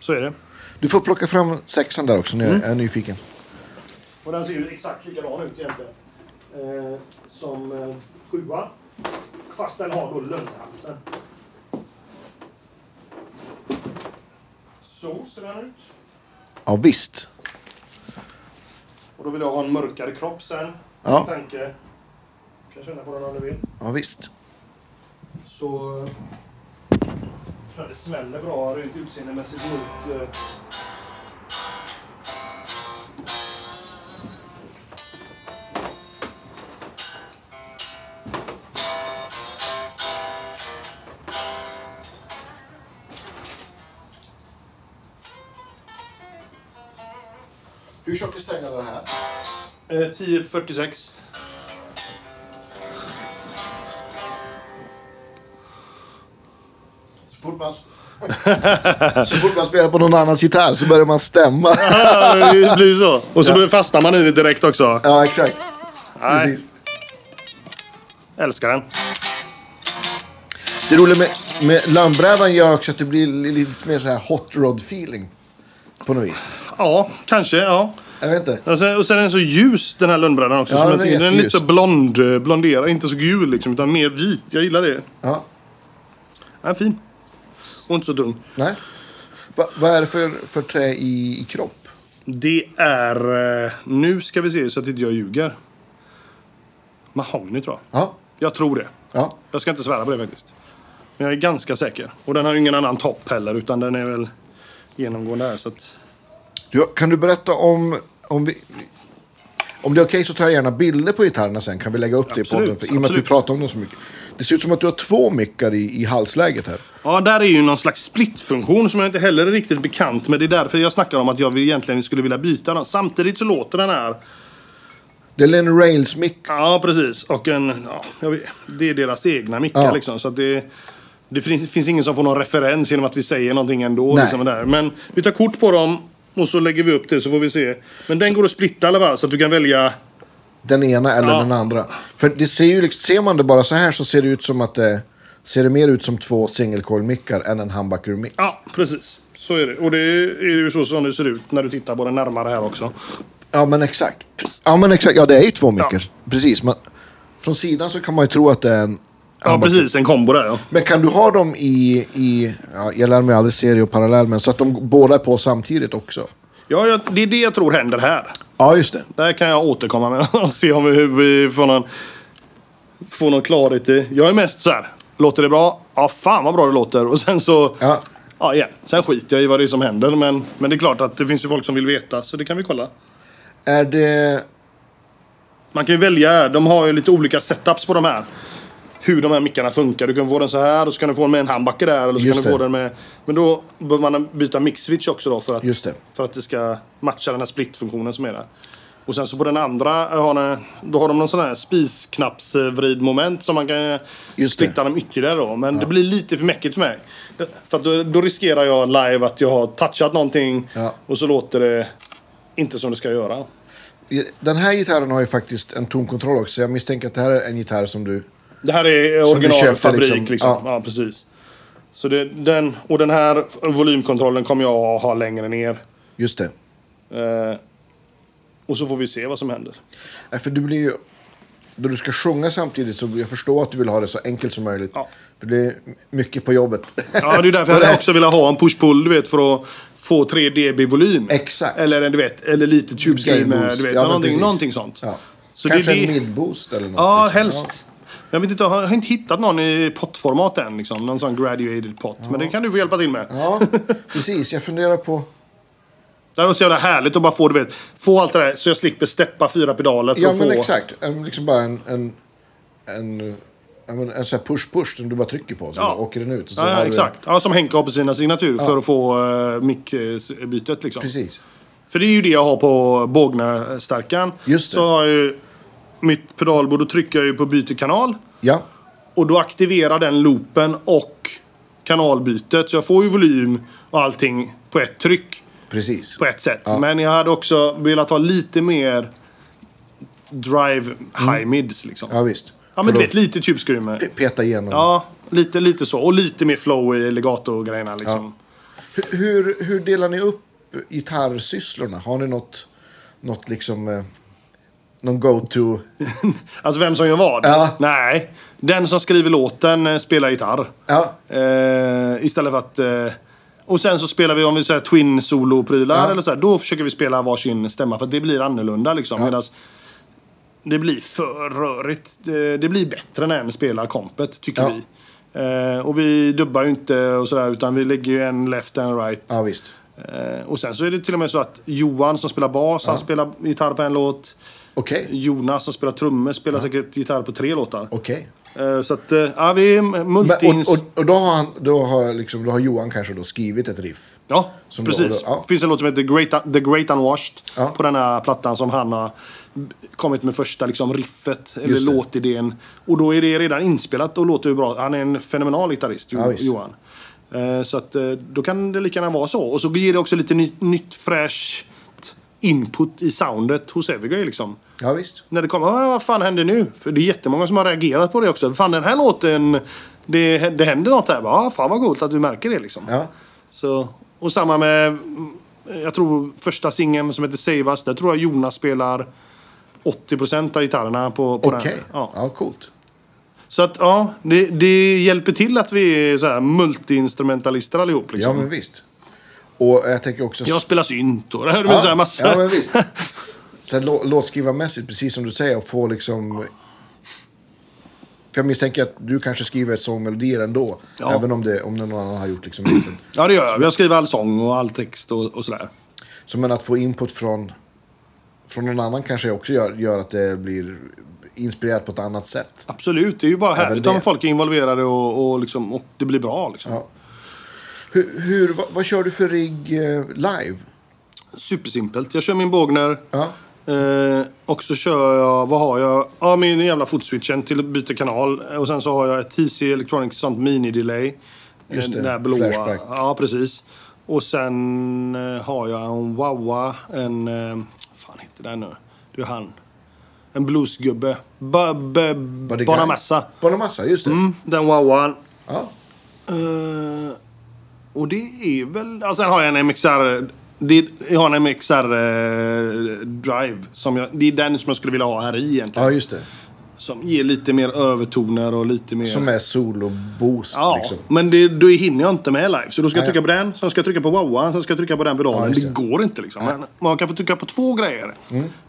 A: Så är det.
B: Du får plocka fram sexan där också, när jag är nyfiken.
A: Och den ser ju exakt likadan ut egentligen. Eh, som eh, sjuan. Fast den har då lönnhalsen. Så ser den ut.
B: Ja, visst.
A: Och då vill jag ha en mörkare kropp sen.
B: Ja.
A: Min Tanke. Du kan känna på den om du vill.
B: Ja, visst.
A: Så... eh, tror jag det smäller bra rent utseendemässigt mot... Eh,
B: Hur tjock är strängarna det här?
A: Eh, 10.46.
B: Så fort man, så fort man spelar på någon annans gitarr så börjar man stämma.
A: det blir så. Och så fastnar man i det direkt också.
B: Ja, exakt.
A: Nej.
B: Precis.
A: Älskar den.
B: Det roliga med, med lönnbrädan gör också att det blir li- lite mer så här hot rod feeling. På något vis.
A: Ja, kanske. Ja.
B: Jag vet inte.
A: Och sen, och sen är den så ljus den här lönnbrädan också.
B: Ja,
A: som
B: den
A: jag
B: är
A: tycker- den är lite
B: jätteljus.
A: så blond, eh, blonderad. Inte så gul liksom, utan mer vit. Jag gillar det.
B: Ja,
A: Den är fin. Och inte så tung.
B: nej. Va, vad är det för, för trä i, i kropp?
A: Det är... eh, Nu ska vi se så att inte jag ljuger. Mahogny tror jag.
B: Ja,
A: Jag tror det.
B: ja.
A: Jag ska inte svära på det faktiskt. Men jag är ganska säker. Och den har ju ingen annan topp heller, utan den är väl genomgående här. Så att...
B: Du, kan du berätta om... Om, vi, om det är okej så tar jag gärna bilder på gitarrerna sen. Kan vi lägga upp det i
A: Absolut,
B: podden? För, I och med att vi
A: absolut.
B: pratar om dem så mycket. Det ser ut som att du har två mickar i, i halsläget här.
A: Ja, där är ju någon slags splitfunktion som jag inte heller är riktigt bekant med. Det är därför jag snackar om att jag vill- egentligen skulle vilja byta den. Samtidigt så låter den här...
B: Det är en rails-mick.
A: Ja, precis. Och en... Ja, jag vet, det är deras egna mickar
B: Ja.
A: liksom. Så att det... Det finns, finns ingen som får någon referens genom att vi säger någonting ändå.
B: Nej.
A: Liksom där. Men vi tar kort på dem och så lägger vi upp det så får vi se. Men den går att splitta i alla fall så att du kan välja...
B: Den ena eller
A: Ja.
B: den andra. För det ser ju, liksom- ser man det bara så här så ser det ut som att det... Ser det mer ut som två single coil-mickar än en humbucker-mick.
A: Ja, precis. Så är det. Och det är ju så som det ser ut när du tittar på den närmare här också.
B: Ja men exakt. Ja men exakt, ja det är ju två mickar.
A: Ja.
B: Precis, men från sidan så kan man ju tro att det är en...
A: Ja, precis. En kombo där ja.
B: Men kan du ha dem i, i ja, jag lär mig aldrig serie och parallell, men så att de båda är på samtidigt också?
A: Ja, jag, det är det jag tror händer här.
B: Ja, just det.
A: Det här kan jag återkomma med och se om vi, hur vi får någon, får någon klarhet i. Jag är mest så här, låter det bra? Ja, fan vad bra det låter. Och sen så...
B: Ja.
A: Ja, igen. Sen skiter jag i vad det är som händer. Men, men det är klart att det finns ju folk som vill veta, så det kan vi kolla.
B: Är det...
A: Man kan ju välja, de har ju lite olika setups på de här. hur de här mickarna funkar. Du kan få den så här och så kan du få den med en handbacker där. Eller så
B: Just
A: kan du få
B: det.
A: den med... Men då behöver man byta mix-switch också då för att,
B: Just det.
A: för att det ska matcha den här split-funktionen som är där. Och sen så på den andra har, den, då har de någon sån här spisknappsvridmoment som man kan
B: Just det.
A: splitta dem ytterligare då. Men det blir lite för mäckigt för mig. För att då, då riskerar jag live att jag har touchat någonting
B: Ja.
A: och så låter det inte som det ska göra.
B: Den här gitarren har ju faktiskt en tonkontroll också. så Jag misstänker att det här är en gitarr som du...
A: Det här är
B: Som du köpte,
A: originalfabrik liksom.
B: liksom.
A: Ja. precis. Så det, den, och den här volymkontrollen kommer jag ha längre ner.
B: Just det.
A: Eh, och så får vi se vad som händer.
B: Nej, för du blir ju... Då du ska sjunga samtidigt så jag förstår att du vill ha det så enkelt som möjligt.
A: Ja.
B: För det är mycket på jobbet.
A: Ja, det är därför jag hade också velat ha en push-pull, du vet, för att få 3 dB volym.
B: Exakt.
A: Eller en, du vet, eller lite tube screen,
B: Game
A: med,
B: boost.
A: du vet,
B: Ja, men
A: någonting,
B: precis.
A: någonting sånt.
B: Ja.
A: Så det är
B: Kanske
A: det-
B: en mid-boost eller något.
A: Ja,
B: liksom.
A: helst. Jag, vet inte, jag har inte hittat någon i pottformat än, liksom. någon sån graduated pot. Men det kan du få hjälpa till med.
B: Ja, precis. Jag funderar på...
A: Det här är så jävla härligt att bara få, du vet, få allt det där så jag slipper steppa fyra pedaler för
B: Ja,
A: att få...
B: men exakt. En- Liksom bara en... en, en ja, men en sån här push-push som du bara trycker på så
A: Ja.
B: bara åker den ut. Och så
A: Ja,
B: har
A: ja,
B: du-
A: exakt. Ja, som Henke har på sina signatur för att få uh, mickbytet. Liksom.
B: Precis.
A: För det är ju det jag har på bågnarstärkan.
B: Just det.
A: Så har jag ju mitt pedalbord, då trycker jag ju på byter kanal.
B: Ja,
A: Och då aktiverar den loopen och kanalbytet. Så jag får ju volym och allting på ett tryck.
B: precis.
A: På ett sätt.
B: Ja.
A: Men jag hade också velat ha lite mer drive high mids liksom. Ja,
B: Ja, visst.
A: men du
B: För
A: vet,
B: då
A: lite tubeskrumer.
B: pe- Peta igenom.
A: Ja, lite, lite så. Och lite mer flow i legato-grejerna liksom.
B: Hur- Hur, hur delar ni upp gitarrsysslorna? Har ni något, något liksom, eh, någon go-to?
A: Alltså vem som gör vad?
B: Ja.
A: Nej. Den som skriver låten eh, spelar gitarr.
B: Ja,
A: Eh, istället för att... Eh, och sen så spelar vi, om vi säger twin solo-prylar
B: Ja.
A: eller så här, Då försöker vi spela varsin stämma för att det blir annorlunda liksom. Medan det blir för rörigt. Eh, Det blir bättre när en spelar kompet, tycker
B: Ja.
A: vi. Eh, och vi dubbar ju inte och sådär, utan vi lägger ju en left och en right.
B: ja visst.
A: Eh, och sen så är det till och med så att Johan som spelar bas, han spelar gitarr på en låt.
B: Okej.
A: Jonas som spelar trummor spelar säkert gitarr på tre låtar.
B: Okej.
A: Eh, Så att, eh, ja, vi är
B: Men-
A: multins...
B: Och, och, och då, har han, då, har liksom, då har Johan kanske då skrivit ett riff.
A: ja,
B: som
A: precis.
B: då- ja.
A: Det finns en låt som heter Great, The Great Unwashed
B: Ja.
A: på den här plattan som han har kommit med första liksom, riffet, eller
B: Just det.
A: låtidén. Och då är det redan inspelat och låter ju bra. Han är en fenomenal gitarrist, Jo-
B: Ja, visst.
A: Johan. Eh, Så att eh, då kan det lika gärna vara så. Och så ger det också lite ny, nytt fräscht input i soundet hos Evergrey liksom.
B: Ja, visst.
A: när det kommer, "Ah, vad fan händer nu? För det är jättemånga som har reagerat på det också. Fan den här låten, det, det händer något här. Ja, fan vad coolt att du märker det liksom.
B: Ja.
A: Så, och samma med, mm, jag tror första singeln som heter Save Us, där tror jag Jonas spelar 80% av gitarrerna på, på
B: Okej.
A: den.
B: Ja.
A: Ja.
B: coolt.
A: Så att ja, det, det hjälper till att vi är så här multiinstrumentalister allihop. Liksom.
B: Ja, men visst. Och jag tänker också...
A: Jag spelar synt och det här,
B: Ja,
A: så här massa.
B: Ja, men visst. Sen lå- låtskrivarmässigt, precis som du säger, och få liksom... För jag misstänker att du kanske skriver sångmelodier ändå.
A: Ja.
B: Även om, det, om någon annan har gjort liksom riffen.
A: ja, det gör jag. Jag skriver all sång och all text och, och sådär.
B: Så men att få input från, från någon annan kanske också gör, gör att det blir inspirerat på ett annat sätt.
A: Absolut, det är ju bara härligt
B: det.
A: om folk är involverade och, och, liksom, och det blir bra. Liksom.
B: Ja. Hur, hur, vad, vad kör du för rigg eh, live?
A: Supersimpelt. Jag kör min Bågner.
B: Ja.
A: Eh, och så kör jag, vad har jag? Ja, min jävla footswitchen till att byta kanal. Och sen så har jag ett TC Electronic sånt mini-delay. Eh,
B: Just det,
A: Den där blåa.
B: flashback.
A: Ja, precis. Och sen eh, har jag en Wawa, en... Eh, fan heter den nu? Du är han. En bluesgubbe. Ba, ba,
B: Bodyguide?
A: Bonamassa.
B: Bonamassa, just det.
A: Mm, den Wawan.
B: Ja.
A: Eh, och det är väl... Alltså, sen har jag en MXR... Det, jag har en MXR-drive. eh, som jag, det är den som jag skulle vilja ha här i egentligen.
B: ja, just det.
A: Som ger lite mer övertoner och lite mer...
B: Som är solo-boost
A: ja,
B: liksom.
A: men det, då hinner jag inte med live. Så då ska jag
B: Nej.
A: trycka på den, sen ska jag trycka på wowan, sen ska jag trycka på den
B: Ja,
A: pedalen.
B: just
A: det
B: det. Mm.
A: går inte liksom. Men man kan få trycka på två grejer.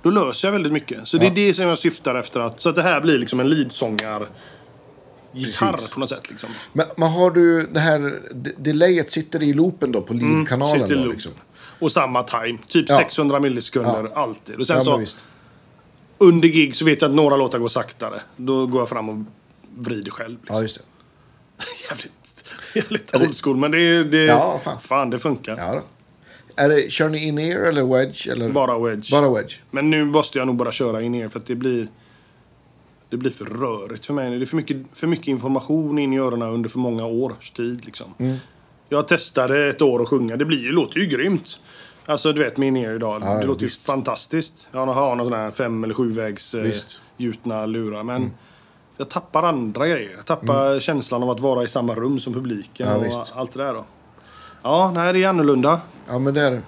A: Då löser jag väldigt mycket. Så det är det som jag syftar efter. Att, så att det här blir liksom en leadsångar-gitarr
B: Precis.
A: på något sätt. Liksom.
B: Men, men har du det här de- delayet sitter i loopen då på lead-kanalen?
A: Mm, Sitter i
B: då,
A: loop.
B: liksom?
A: Och samma time. Typ
B: Ja.
A: 600 millisekunder alltid. Och sen
B: Ja, men
A: så
B: visst.
A: under gig så vet jag att några låtar går saktare. Då går jag fram och vrider själv. Liksom.
B: Ja, just det.
A: jävligt jävligt old school, men det, är- det, är-
B: Ja, fan.
A: det funkar.
B: Ja, då. Är det, kör ni in-ear eller wedge? Eller?
A: Bara wedge.
B: Bara wedge.
A: Men nu måste jag nog bara köra in er för att det blir... Det blir för rörigt för mig nu. Det är för mycket, för mycket information in i öronen under för många års tid. Liksom.
B: Mm.
A: Jag testade ett år att sjunga. Det blir, ju- låter ju grymt. Alltså du vet min er idag.
B: Ja,
A: det
B: ja,
A: låter ju fantastiskt. Jag har någon sån här fem eller sjuvägs eh,
B: Visst. Mm.
A: gjutna lurar. Men jag tappar andra grejer. Jag tappar känslan av att vara i samma rum som publiken
B: Ja,
A: och
B: visst.
A: allt det där då. Ja, nej det är annorlunda.
B: Ja, men det är det.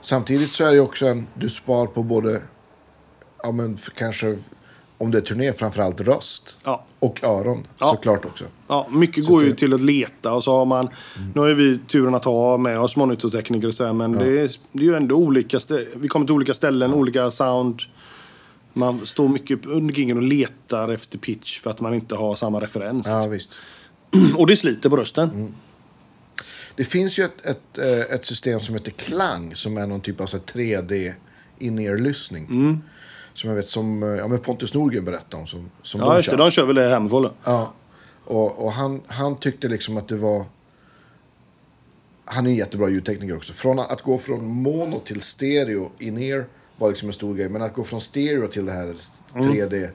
B: Samtidigt så är det också en... Du spar på både... Ja, men för, kanske... Om det är turné, framförallt röst.
A: Ja.
B: Och öron,
A: Ja.
B: såklart också.
A: Ja, mycket går ju
B: det-
A: till att leta och så har man... Nu har ju vi turen att ha med oss monitortekniker och så här, men det, är, det är ju ändå olika... Stä- vi kommer till olika ställen, olika sound. Man står mycket under gingen och letar efter pitch för att man inte har samma referens.
B: Ja, Mm. visst.
A: Och det sliter på rösten.
B: Det finns ju ett, ett, eh, ett system som heter Klang som är någon typ av så här 3D in-ear-lyssning.
A: Mm.
B: Som jag vet som eh, ja, men Pontus Norgren berättade om. Som, som
A: ja, just det.
B: kör.
A: De kör väl det hemifrån? då?
B: Ja. Och, och han, han tyckte liksom att det var... Han är en jättebra ljudtekniker också. Från att, att gå från mono till stereo in-ear var liksom en stor grej. Men att gå från stereo till det här
A: Mm.
B: 3D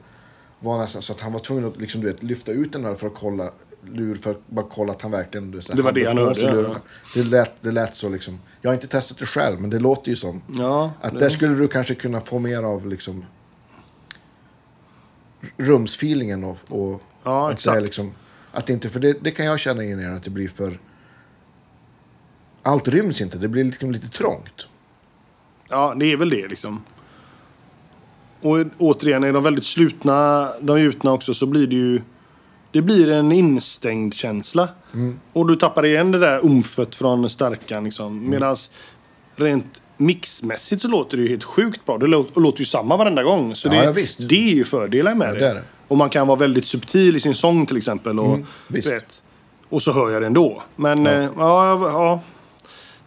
B: var nästan så att han var tvungen att liksom, du vet, lyfta ut den här för att kolla lur för att bara kolla att han verkligen... Du, vet, så här,
A: Det var det
B: hade
A: han
B: på sig
A: hörde, ja.
B: lurarna. Det lät, det lät så liksom. Jag har inte testat det själv men det låter ju som.
A: Ja,
B: Att
A: det-
B: där skulle du kanske kunna få mer av liksom rumsfeelingen och, och
A: Ja,
B: att
A: exakt.
B: det är liksom att det inte, för det, det kan jag känna in i det, att det blir för allt ryms inte, det blir liksom lite trångt.
A: Ja, det är väl det liksom. Och återigen, är de väldigt slutna, de gjutna också, så blir det ju... Det blir en instängd känsla.
B: Mm.
A: Och du tappar igen det där umfet från starkan liksom.
B: Mm.
A: Medan rent mixmässigt så låter det ju helt sjukt bra. Det lå- och låter ju samma varenda gång. Så
B: Ja,
A: det,
B: ja, visst.
A: det är ju fördelar med
B: Ja,
A: det.
B: det är det.
A: Och man kan vara väldigt subtil i sin sång till exempel. Och, du
B: visst.
A: vet, och så hör jag det ändå. Men ja, eh, ja, ja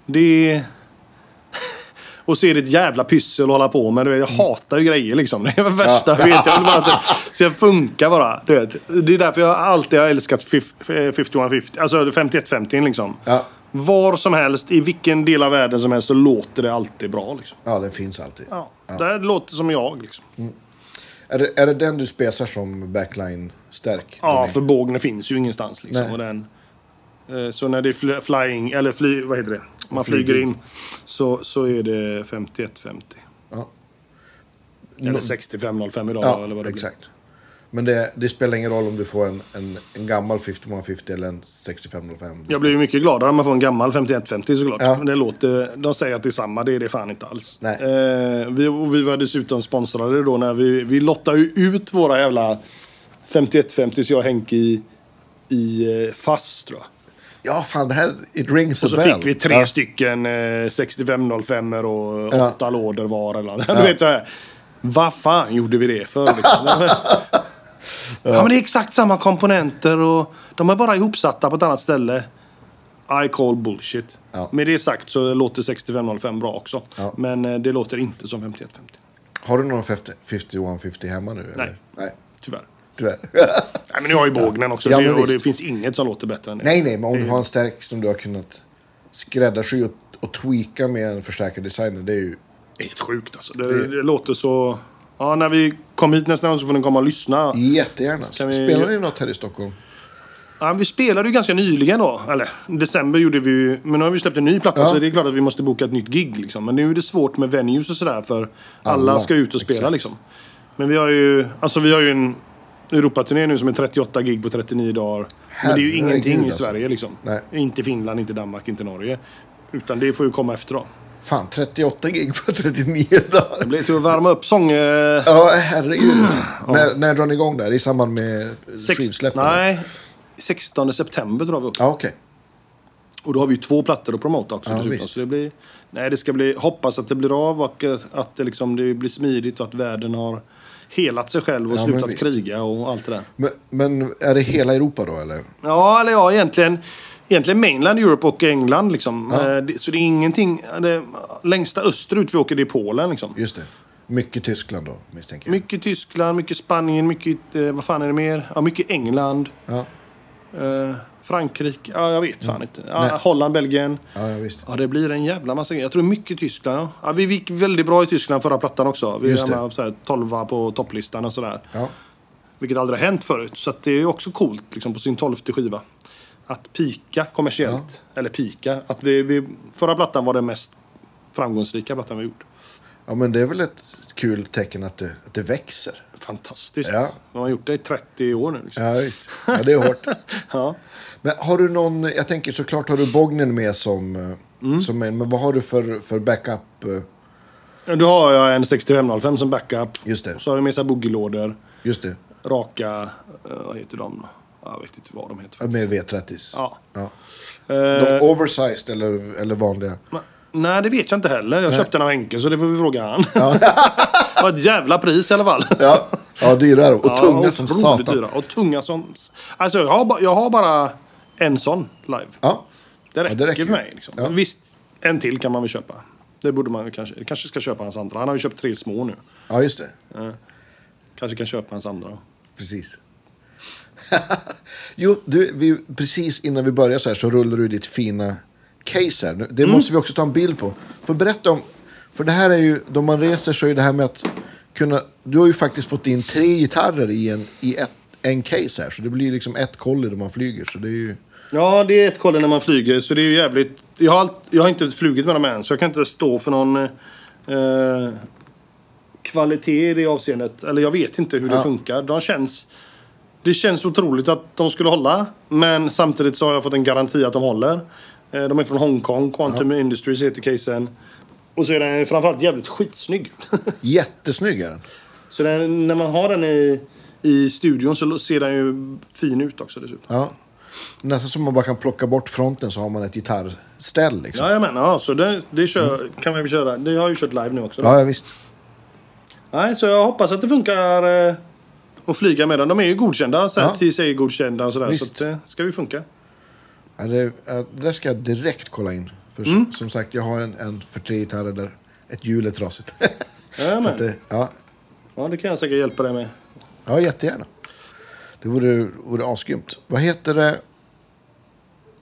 A: det... är- Och så är det ett jävla pyssel att hålla på med. Du vet, jag
B: Mm.
A: hatar ju grejer liksom. Det är det värsta jag vet. Jag vill bara att det ska funka bara. Du vet. Det är därför jag alltid har älskat fif- eh, 5150. Alltså 5150 liksom.
B: Ja.
A: Var som helst, i vilken del av världen som helst, så låter det alltid bra. Liksom.
B: Ja, den finns alltid.
A: Ja. Det här låter som jag. Liksom.
B: Mm. Är, det, är det den du spesar som backline-stärk?
A: Ja, för bågen finns ju ingenstans. Liksom,
B: Mm. Nej.
A: och den, eh, så när det är fly, flying, eller fly, vad heter det? Man
B: Flyger.
A: flyger in. Så, så är det 5150.
B: Ja.
A: Eller 6505 idag.
B: Mm. Ja,
A: eller vad det blir.
B: exakt. Men det, det spelar ingen roll om du får en, en, en gammal 5150 eller en 6505.
A: Jag blir ju mycket gladare om man får en gammal 5150 såklart.
B: Ja.
A: Men det låter, de säger att det är samma, det är det fan inte alls.
B: Nej.
A: Eh, vi, och vi var dessutom sponsrade då när vi, vi lottade ju ut våra jävla 5150 jag och Henke i, i eh, fast tror jag.
B: Ja, fan, det här... It rings
A: Och
B: a
A: så
B: bell.
A: fick vi tre
B: ja.
A: stycken eh, 6505 och
B: Ja.
A: åtta lådor var. Eller, något. du vet så här. Vad fan gjorde vi det för? Liksom? ja. men det är exakt samma komponenter och de är bara ihopsatta på ett annat ställe. I call bullshit.
B: Ja.
A: Med det sagt så låter 6505 bra också.
B: Ja.
A: Men eh, det låter inte som 5150.
B: Har du någon 50 5150 hemma nu? Eller? Nej.
A: Tyvärr.
B: Tyvärr.
A: Nej, men nu har ju bågnen också.
B: Ja,
A: det,
B: men
A: och det
B: visst.
A: finns inget som låter bättre än det.
B: nej, nej, men om du har en stärk som du har kunnat skräddarsy och, och tweaka med en förstärkad designer, det är ju...
A: Det är helt sjukt alltså. Det, det... låter så... Ja, när vi kommer hit nästa gång så får ni komma och lyssna.
B: Jättegärna.
A: Kan vi-
B: Spelar ni något här i Stockholm?
A: Ja, vi spelade ju ganska nyligen då. Eller, december gjorde vi ju. Men nu har vi släppt en ny platta
B: Ja.
A: så det är klart att vi måste boka ett nytt gig. Liksom. Men nu är det svårt med venues och sådär för alla,
B: Alla,
A: ska ut och spela
B: exakt.
A: liksom. Men vi har ju, alltså, vi har ju en Europaturné nu som är 38 gig på 39 dagar. men det är ju
B: Herregud,
A: ingenting i
B: alltså.
A: Sverige liksom.
B: Nej.
A: Inte Finland, inte Danmark, inte Norge. Utan det får ju komma efter då.
B: Fan, 38 gig på 39 dagar.
A: Det blir till att värma upp sång... Eh,
B: Ja, herregud. när, när drar ni igång där? I samband med
A: sex-
B: skivsläppen?
A: Nej, 16 september drar vi upp.
B: Ja, okej.
A: Och då har vi ju två plattor att promota också.
B: Ja,
A: dessutom.
B: visst.
A: så det blir, nej, det ska bli, hoppas att det blir av och att- att det, liksom, det blir smidigt och att världen har helat sig själv och
B: Ja, men
A: slutat
B: visst.
A: kriga och allt det där.
B: Men, men är det hela Europa då, eller?
A: Ja, eller ja, egentligen, egentligen mainland Europe och England liksom. Eh, det- Så det är ingenting, det längsta österut vi åker det är Polen liksom.
B: Just det. Mycket Tyskland då, misstänker jag.
A: Mycket Tyskland, mycket Spanien, mycket... Eh, vad fan är det mer? Ja, mycket England.
B: Ja,
A: Eh, Frankrike. Ja, jag vet fan inte.
B: Mm. Nej.
A: Ja, Holland, Belgien.
B: ja, ja visst.
A: Ja, det blir en jävla massa grejer. Jag tror mycket Tyskland. Ja. Ja, vi gick väldigt bra i Tyskland förra plattan också. Vi
B: Just det.
A: hamnade så här 12 på topplistan och sådär.
B: Ja.
A: Vilket aldrig har hänt förut. Så att det är ju också coolt liksom, på sin tolfte skiva. Att pika kommersiellt. Eller pika. Att vi, vi, förra plattan var den mest framgångsrika plattan vi gjort.
B: ja, men det är väl ett kul tecken att det, att det växer.
A: Fantastiskt.
B: Ja.
A: Man har gjort det i 30 år nu. Liksom.
B: Ja, visst. Ja, det är hårt.
A: Ja.
B: Men har du någon, jag tänker såklart har du Bognen med som, eh,
A: Mm.
B: som en, men vad har du för, för backup? eh,
A: Då har jag en 6505 som backup.
B: Just det,
A: Så har jag med sig boogielådor.
B: just det.
A: Raka... eh, Vad heter de? Jag vet inte vad de heter.
B: Ja, Med V30.
A: Ja.
B: Ja.
A: Eh,
B: De oversized eller, eller vanliga?
A: ma- nej, det vet jag inte heller. Jag köpte den av Henke, så det får vi fråga han. det var ett jävla pris i alla fall.
B: Ja, ja dyra då. Och
A: Ja,
B: tunga som
A: otroligt
B: satan.
A: dyra. Och tunga som... Alltså, jag har, ba- jag har bara en sån live.
B: Ja.
A: Det räcker,
B: det räcker.
A: för mig. Liksom.
B: Ja.
A: Visst, en till kan man väl köpa. Det borde man kanske... jag kanske ska köpa hans andra. Han har ju köpt tre små nu. Eh,
B: ja, just det.
A: Kanske kan köpa hans andra.
B: Precis. jo, du, vi, precis innan vi börjar så här så rullar du ditt fina case här. Nu- Det måste vi också ta en bild på. För berätta om, för det här är ju, då man reser så är det här med att kunna, du har ju faktiskt fått in tre gitarrer i en, i ett, en case här. Så det blir liksom ett kolli när man flyger. Så det är ju,
A: Ja, det är ett kolle när man flyger, så det är ju jävligt... Jag har, allt- jag har inte flugit med dem än, så jag kan inte stå för någon eh, kvalitet i det avseendet. Eller jag vet inte hur det
B: Ja.
A: funkar. De känns... Det känns otroligt att de skulle hålla, men samtidigt så har jag fått en garanti att de håller. Eh, de är från Hongkong, Quantum Industries heter casen. Och så är den framförallt jävligt skitsnygg.
B: jättesnygg är den.
A: så den, när man har den i, i studion så ser den ju fin ut också dessutom.
B: Ja. Nästan som man bara kan plocka bort fronten så har man ett gitarrställ liksom.
A: Jajamän, ja, så det, det kör, kan vi köra. Det har jag ju kört live nu också.
B: Ja, ja visst.
A: Nej, så jag hoppas att det funkar eh, att flyga med dem. De är ju godkända, så här,
B: Ja.
A: TCA-godkända och sådär. Så
B: Visst.
A: att, eh, ska ju funka.
B: Ja, det, ja, det där ska jag direkt kolla in. För s-
A: Mm.
B: som sagt, jag har en, en för tre gitarrer där ett hjul är trasigt. Så att
A: Jajamän.
B: det, ja,
A: Ja, det kan jag säkert hjälpa dig med.
B: ja, jättegärna. Det vore, vore asgrymt. Vad heter det?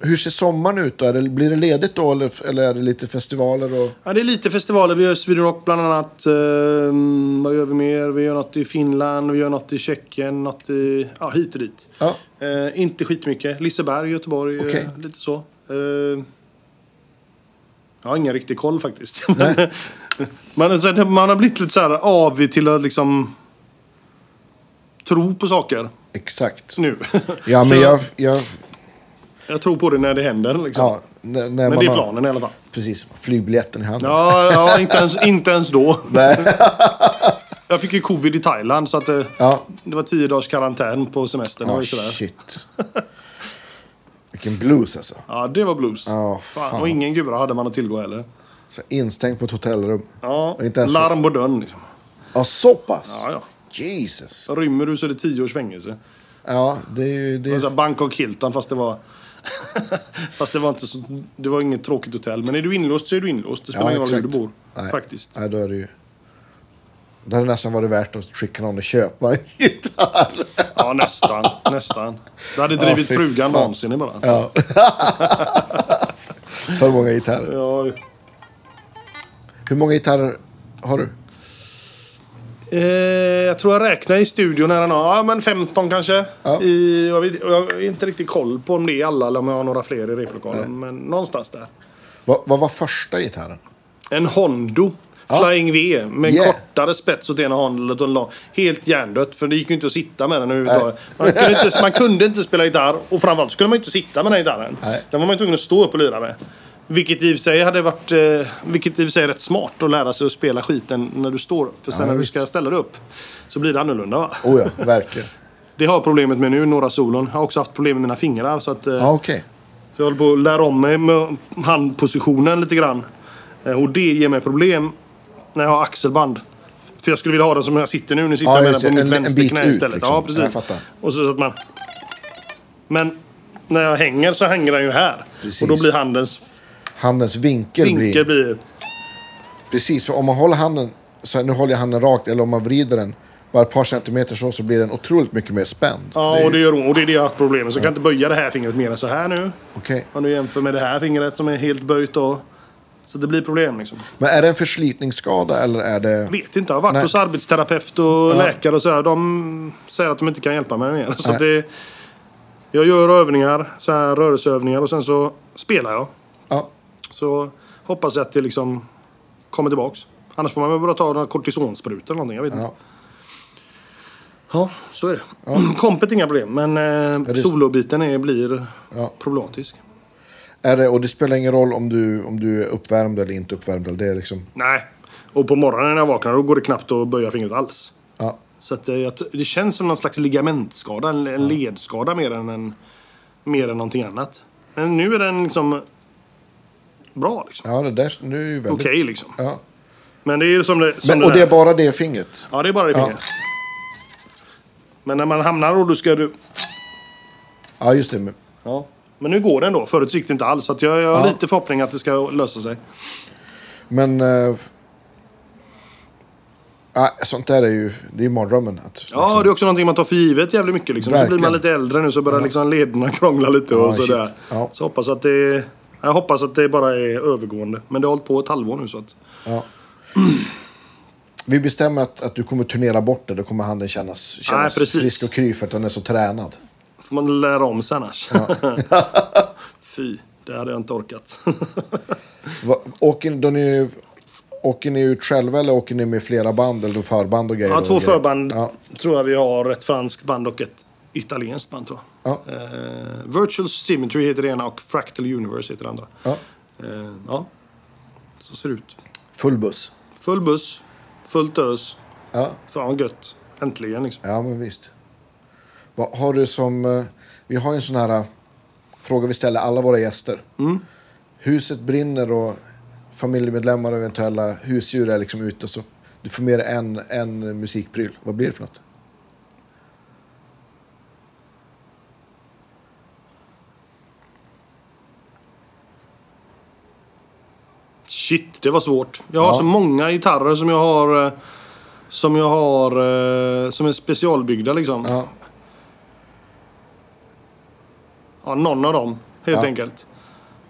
B: Hur ser sommaren ut då? Är det, blir det ledigt då eller, eller är det lite festivaler? Och,
A: Ja, det är lite festivaler. Vi gör Sweden Rock bland annat. Ehm, vad gör vi mer? Vi gör något i Finland, vi gör något i Tjeckien, något i... Ja, hit och dit.
B: ja,
A: Eh, inte skitmycket. Liseberg, Göteborg, eh,
B: Okej.
A: lite så. Eh, jag har ingen riktig koll faktiskt. Men, men eh, så, här, man har blivit lite så här avig till att liksom tro på saker
B: exakt.
A: nu.
B: Ja,
A: Så
B: men jag... jag
A: jag tror på det när det händer. Liksom.
B: ja, när, när
A: men
B: man
A: det är
B: har-
A: planen i alla fall.
B: Precis, flygbiljetten i handen.
A: Ja, ja inte, ens, inte ens då.
B: Nej.
A: Jag fick ju covid i Thailand så att, eh,
B: Ja.
A: det var tio dagars karantän på semestern.
B: Ja,
A: och sådär.
B: shit. Vilken blues alltså.
A: Ja, det var blues.
B: Ja,
A: fan.
B: fan.
A: Och ingen gura hade man att tillgå heller.
B: Så instängd på ett hotellrum.
A: Ja,
B: Och inte ens-
A: larm på dörren. Liksom.
B: Ja, så pass?
A: Ja, ja.
B: Jesus.
A: Så rymmer du så är det tio års fängelse.
B: Ja, det är ju... Det
A: Det
B: är...
A: var så här Bangkok Hilton fast det var... fast det var inte så... Det var inget tråkigt hotell. Men är du inlåst så är du inlåst. Det spelar ingen roll hur du bor.
B: Nej.
A: Faktiskt.
B: Nej, då är det ju... Då hade det nästan varit värt att skicka någon och köpa en gitarr.
A: Ja, nästan. nästan. Det hade drivit
B: fy
A: frugan
B: fan.
A: vansinnig bara.
B: Ja. För många gitarrer.
A: Ja.
B: Hur många gitarrer har du?
A: Eh, jag tror jag räknar i studion här. Ja, men 15 kanske.
B: Ja.
A: I, jag, vet, jag har inte riktigt koll på om det är alla eller om jag har några fler i replokalen. Men någonstans där.
B: Vad, vad var första gitarren?
A: En Hondo. Flying V med
B: Yeah.
A: kortare spets åt ena hållet och en lång. Helt hjärndött, för det gick ju inte att sitta med den överhuvudtaget. Man kunde, inte, man kunde inte spela gitarr och framförallt skulle man ju inte sitta med den här gitarren.
B: Nej.
A: Den var man ju tvungen att stå upp och lira med. Vilket i och för sig hade varit... Eh, vilket i och för sig är rätt smart att lära sig att spela skiten när du står. För sen
B: Ja,
A: när du
B: visst.
A: ska ställa dig upp så blir det annorlunda va?
B: Oh ja, verkligen.
A: Det har jag problemet med nu, några solon. Jag har också haft problem med mina fingrar så att... Eh,
B: Ja, okej.
A: så jag håller på att lära om mig med handpositionen lite grann. Eh, Och det ger mig problem när jag har axelband. För jag skulle vilja ha den som jag sitter nu. Nu sitter
B: Ja,
A: jag med
B: just
A: den på
B: det.
A: mitt
B: En- en
A: vänsterknä
B: bit ut,
A: istället.
B: liksom.
A: Ja, precis.
B: Jag fattar.
A: och så, så att man... Men när jag hänger så hänger den ju här.
B: Precis.
A: Och då blir handens
B: Handens vinkel,
A: vinkel
B: blir...
A: blir...
B: Precis, för om man håller handen så här, nu håller jag handen rakt, eller om man vrider den bara ett par centimeter så, så blir den otroligt mycket mer spänd.
A: Ja,
B: Det
A: och
B: är ju-
A: det gör ont. Och det är det jag har haft problem med. Så jag kan inte böja det här fingret mer än så här nu.
B: Okej.
A: Om du jämför med det här fingret som är helt böjt då. Så det blir problem liksom.
B: Men är det en förslitningsskada eller är det...
A: Vet inte, jag har varit
B: Nej.
A: hos arbetsterapeut och läkare och så här. De säger att de inte kan hjälpa mig mer. Så att det, jag gör övningar, så här rörelseövningar och sen så spelar jag.
B: Ja.
A: Så hoppas jag att det liksom kommer tillbaks. Annars får man väl bara ta några kortisonsprutor eller någonting. Jag vet inte.
B: ja.
A: Ja, så är det. Kompet inga problem, men eh,
B: det-
A: solobiten är, blir
B: Ja.
A: problematisk.
B: Är det, och det spelar ingen roll om du, om du är uppvärmd eller inte uppvärmd. eller Det är liksom...
A: Nej, och på morgonen när jag vaknar då går det knappt att böja fingret alls.
B: Ja.
A: Så att, eh, jag t- det känns som någon slags ligamentskada, en, en ledskada mer än, en, mer än någonting annat. Men nu är den liksom bra liksom.
B: Ja, det där nu är ju väldigt...
A: Okej liksom.
B: Ja.
A: Men det är ju som det, som
B: Men, och det
A: där.
B: är bara det fingret?
A: Ja, det är bara det
B: Ja.
A: fingret. Men när man hamnar och då ska du...
B: Ja, just det. Men,
A: Ja. Men nu går den då. Förut gick det inte alls. Så att jag, jag har
B: Ja.
A: lite förhoppning att det ska lösa sig.
B: men eh, ja, sånt där är ju, det är ju mardrömmen. Att, liksom-
A: Ja, det är också någonting man tar för givet jävligt mycket. Liksom. Så blir man
B: Verkligen.
A: lite äldre nu så börjar liksom lederna krångla lite och
B: Ja, shit.
A: sådär.
B: Ja.
A: Så hoppas att det... Jag hoppas att det bara är övergående. Men det har hållit på ett halvår nu så att...
B: ja. Vi bestämmer att, att du kommer turnera bort det. Då kommer handen kännas, kännas
A: precis.
B: frisk och kry för att den är så tränad.
A: Får man lära om sig annars. Fy, det hade jag inte orkat.
B: Va, åker, då ni, åker ni ut själva eller åker ni med flera band? Eller då förband och grejer?
A: Ja,
B: och
A: två
B: grejer?
A: förband
B: Ja.
A: tror jag vi har. Ett franskt band och ett italienskt band tror jag.
B: Ja.
A: Eh, Virtual Symmetry heter det ena och Fractal Universe heter det andra.
B: Ja.
A: Eh, ja, så ser det ut.
B: Full buss.
A: Full buss, fullt ös.
B: Ja.
A: Fan vad gött. Äntligen liksom.
B: Ja, men visst. Vad har du som... eh, Vi har ju en sån här eh, fråga vi ställer alla våra gäster.
A: Mm.
B: Huset brinner och familjemedlemmar och eventuella husdjur är liksom ute. Så du får med dig en, en musikpryl. Vad blir det för något?
A: Shit, det var svårt. Jag har
B: Ja.
A: så många gitarrer som jag har... eh, Som jag har... eh, Som är specialbyggda liksom.
B: Ja,
A: Ja, någon av dem, helt
B: Ja.
A: enkelt.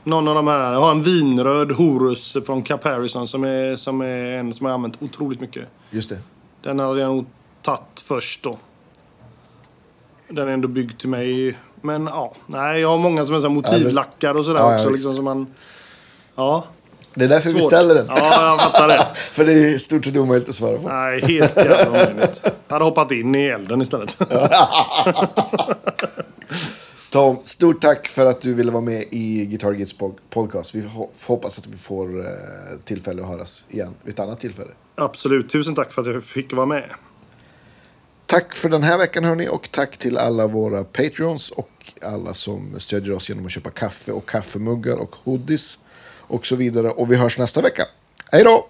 A: Någon av de här. Jag har en vinröd Horus från Cap Harrison som är, som är en som jag har använt otroligt mycket.
B: just det.
A: Den hade jag nog tagit först då. Den är ändå byggd till mig. Men ja, nej, jag har många som är så här motivlackar och sådär
B: Ja, ja,
A: också.
B: visst.
A: liksom, som man, ja,
B: Det är därför vi
A: svårt.
B: ställer den.
A: Ja, jag fattar det.
B: för det är i stort sett omöjligt att svara på.
A: Nej, helt jävla omöjligt. Jag hade hoppat in i elden istället.
B: Tom, stort tack för att du ville vara med i Guitar Gids pod- podcast. Vi ho- hoppas att vi får eh, tillfälle att höras igen vid ett annat tillfälle.
A: Absolut. Tusen tack för att jag fick vara med.
B: Tack för den här veckan hörni och tack till alla våra Patreons och alla som stödjer oss genom att köpa kaffe och kaffemuggar och hoodies och så vidare. Och vi hörs nästa vecka. Hej då!